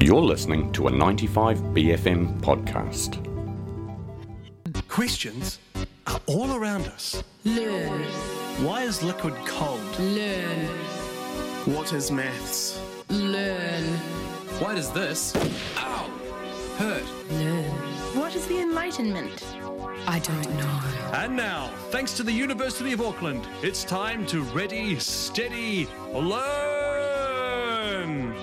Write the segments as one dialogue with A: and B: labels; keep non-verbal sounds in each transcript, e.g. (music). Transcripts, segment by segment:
A: You're listening to a 95BFM podcast.
B: Questions are all around us.
C: Learn,
B: Why is liquid cold?
C: learn,
B: What is maths?
C: learn,
B: Why does this? Ow! Hurt.
C: learn.
D: What is the Enlightenment?
C: I don't know.
B: And now, thanks to the University of Auckland, it's time to ready, steady, learn!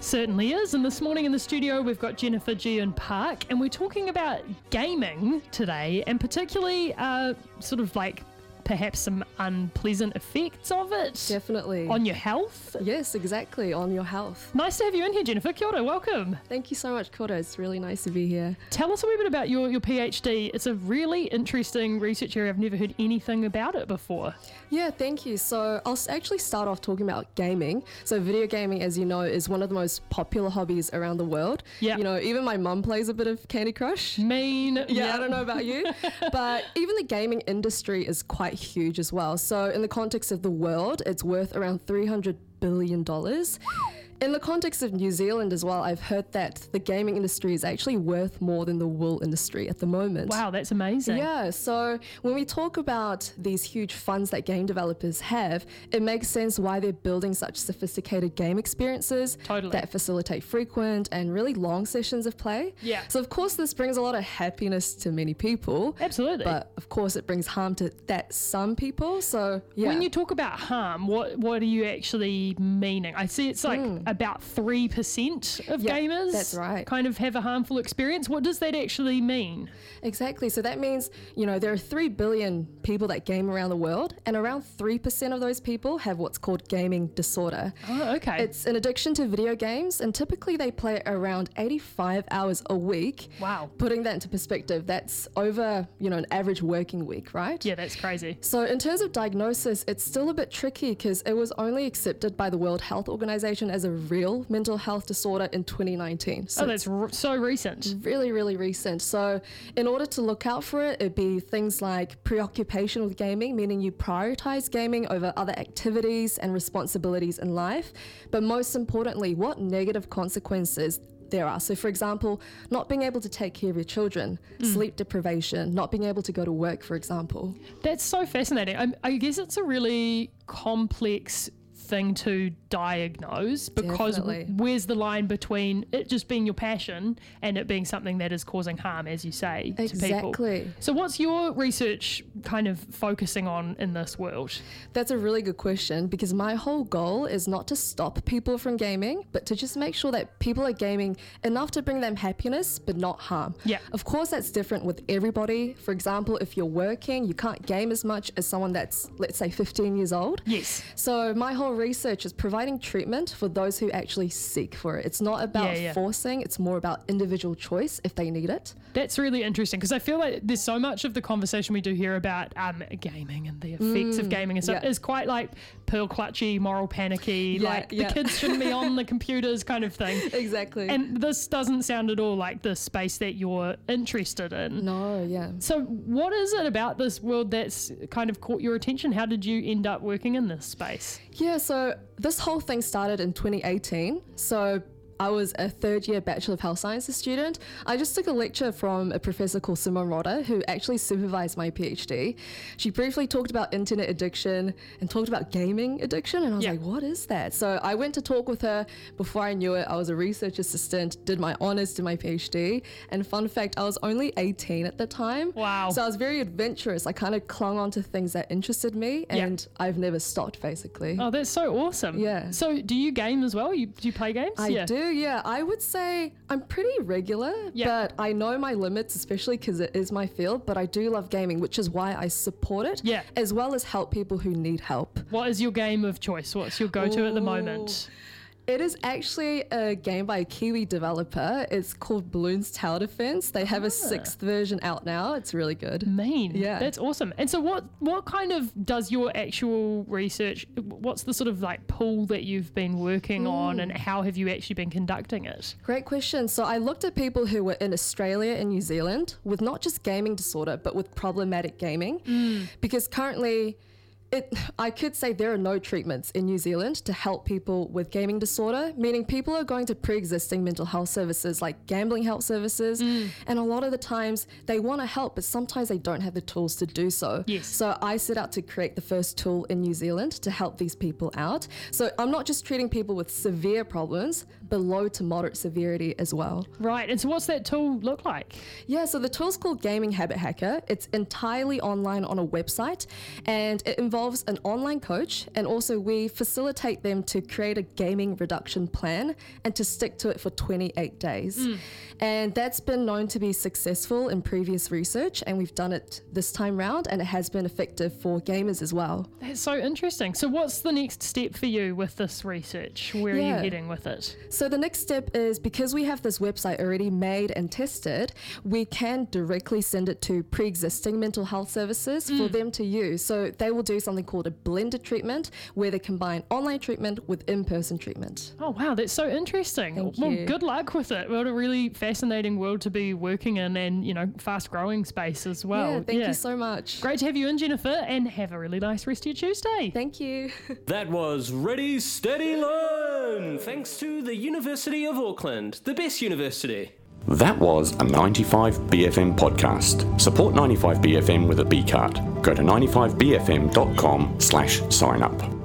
E: Certainly is. And this morning in the studio, we've got Jennifer Gian Park, and we're talking about gaming today, and particularly uh, sort of like perhaps some unpleasant effects of it
F: Definitely.
E: on your health.
F: yes, exactly. On your health.
E: Nice to have you in here, Jennifer. Kia ora, welcome.
F: Thank you so much, Koda. It's really nice to be here.
E: Tell us a wee bit about your, your PhD. It's a really interesting research area. I've never heard anything about it before.
F: Yeah, thank you. So I'll s- actually start off talking about gaming. So video gaming, as you know, is one of the most popular hobbies around the world.
E: Yeah.
F: You know, even my mum plays a bit of Candy Crush.
E: Mean. (laughs)
F: Yeah, I don't know about you, but even the gaming industry is quite huge as well. So, in the context of the world, it's worth around $300 billion. In the context of New Zealand as well, I've heard that the gaming industry is actually worth more than the wool industry at the moment.
E: Wow, that's amazing.
F: Yeah, so when we talk about these huge funds that game developers have, it makes sense why they're building such sophisticated game experiences
E: Totally.
F: that facilitate frequent and really long sessions of play.
E: Yeah.
F: So of course this brings a lot of happiness to many people.
E: Absolutely.
F: But of course it brings harm to that some people. So yeah.
E: When you talk about harm, what what are you actually meaning? I see it's like about three percent of
F: Yeah,
E: gamers
F: Hmm. that's right.
E: kind of have a harmful experience. What does that actually mean?
F: Exactly. So that means, you know, there are 3 billion people that game around the world, and around 3% of those people have what's called gaming disorder.
E: Oh, okay.
F: It's an addiction to video games, and typically they play around 85 hours a week.
E: Wow.
F: Putting that into perspective, that's over, you know, an average working week, right?
E: yeah, that's crazy.
F: So, in terms of diagnosis, it's still a bit tricky because it was only accepted by the World Health Organization as a real mental health disorder in 2019. So,
E: Oh, that's r- so recent.
F: really, really recent. So, in order to look out for it, it'd be things like preoccupation with gaming, meaning you prioritize gaming over other activities and responsibilities in life. But most importantly, what negative consequences there are. So, for example, not being able to take care of your children, sleep deprivation, not being able to go to work, for example.
E: That's so fascinating. I, I guess it's a really complex thing to diagnose because w-
F: Definitely.
E: where's the line between it just being your passion and it being something that is causing harm, as you say, to people?
F: Exactly.
E: So, what's your research kind of focusing on in this world?
F: That's a really good question because my whole goal is not to stop people from gaming, but to just make sure that people are gaming enough to bring them happiness but not harm.
E: Yeah.
F: Of course, that's different with everybody. For example, if you're working, you can't game as much as someone that's, let's say, 15 years old.
E: Yes.
F: So, my whole research is providing treatment for those who actually seek for it. It's not about
E: Yeah, yeah.
F: forcing, it's more about individual choice if they need it.
E: That's really interesting because I feel like there's so much of the conversation we do here about um, gaming and the effects of gaming and stuff
F: Mm, yeah.
E: is quite like pearl clutchy, moral panicky,
F: Yeah,
E: like
F: yeah.
E: the kids shouldn't be
F: (laughs)
E: on the computers kind of thing.
F: Exactly.
E: And this doesn't sound at all like the space that you're interested in.
F: no, yeah.
E: So, what is it about this world that's kind of caught your attention? How did you end up working in this space?
F: Yeah, so this whole thing started in 2018. So I was a third year Bachelor of Health Sciences student. I just took a lecture from a professor called Simon Rodder, who actually supervised my PhD. She briefly talked about internet addiction and talked about gaming addiction, and I was
E: Yeah.
F: like, what is that? So I went to talk with her. Before I knew it, I was a research assistant, did my honors, did my PhD, and fun fact, I was only 18 at the time.
E: Wow.
F: So I was very adventurous. I kind of clung on to things that interested me,
E: Yeah.
F: and I've never stopped, basically.
E: Oh, that's so awesome.
F: Yeah.
E: So, do you game as well? You, do you play games?
F: I
E: yeah.
F: do, yeah. I would say I'm pretty regular,
E: Yeah.
F: but I know my limits, especially because it is my field. But I do love gaming, which is why I support it,
E: Yeah.
F: as well as help people who need help.
E: What is your game of choice? What's your go to at the moment?
F: It is actually a game by a Kiwi developer. It's called Balloons Tower Defense. They have a
E: Ah.
F: sixth version out now. It's really good.
E: Mean.
F: Yeah.
E: That's awesome. And so what what kind of does your actual research what's the sort of like pool that you've been working on
F: Hmm.
E: and how have you actually been conducting it?
F: Great question. So I looked at people who were in Australia and New
E: Mm.
F: Zealand with not just gaming disorder, but with problematic gaming. Because currently, it, I could say there are no treatments in New Zealand to help people with gaming disorder, meaning people are going to pre existing mental health services like gambling health services. And a lot of the times they want to help, but sometimes they don't have the tools to do so.
E: Yes.
F: So I set out to create the first tool in New Zealand to help these people out. So I'm not just treating people with severe problems, but low to moderate severity as well.
E: Right. And so, what's that tool look like?
F: Yeah, so the tool's called Gaming Habit Hacker. It's entirely online on a website and it involves an online coach and also we facilitate them to create a gaming reduction plan and to stick to it for 28 days. And that's been known to be successful in previous research and we've done it this time round and it has been effective for gamers as well.
E: That's so interesting. So, what's the next step for you with this research? Where are
F: Yeah.
E: you heading with it?
F: So the next step is because we have this website already made and tested, we can directly send it to pre-existing mental health services for them to use. So they will do something called a blended treatment where they combine online treatment with in-person treatment.
E: Oh wow, that's so interesting.
F: Thank
E: well,
F: you.
E: good luck with it. What a really fascinating world to be working in, and you know, fast-growing space as well.
F: yeah, thank you so much.
E: Great to have you in, Jennifer, and have a really nice rest of your Tuesday.
F: Thank you. (laughs)
G: That was Ready Steady Learn, thanks to the University of Auckland, the best university.
A: That was a 95BFM podcast. Support 95BFM with a B card. Go to 95BFM.com slash sign up.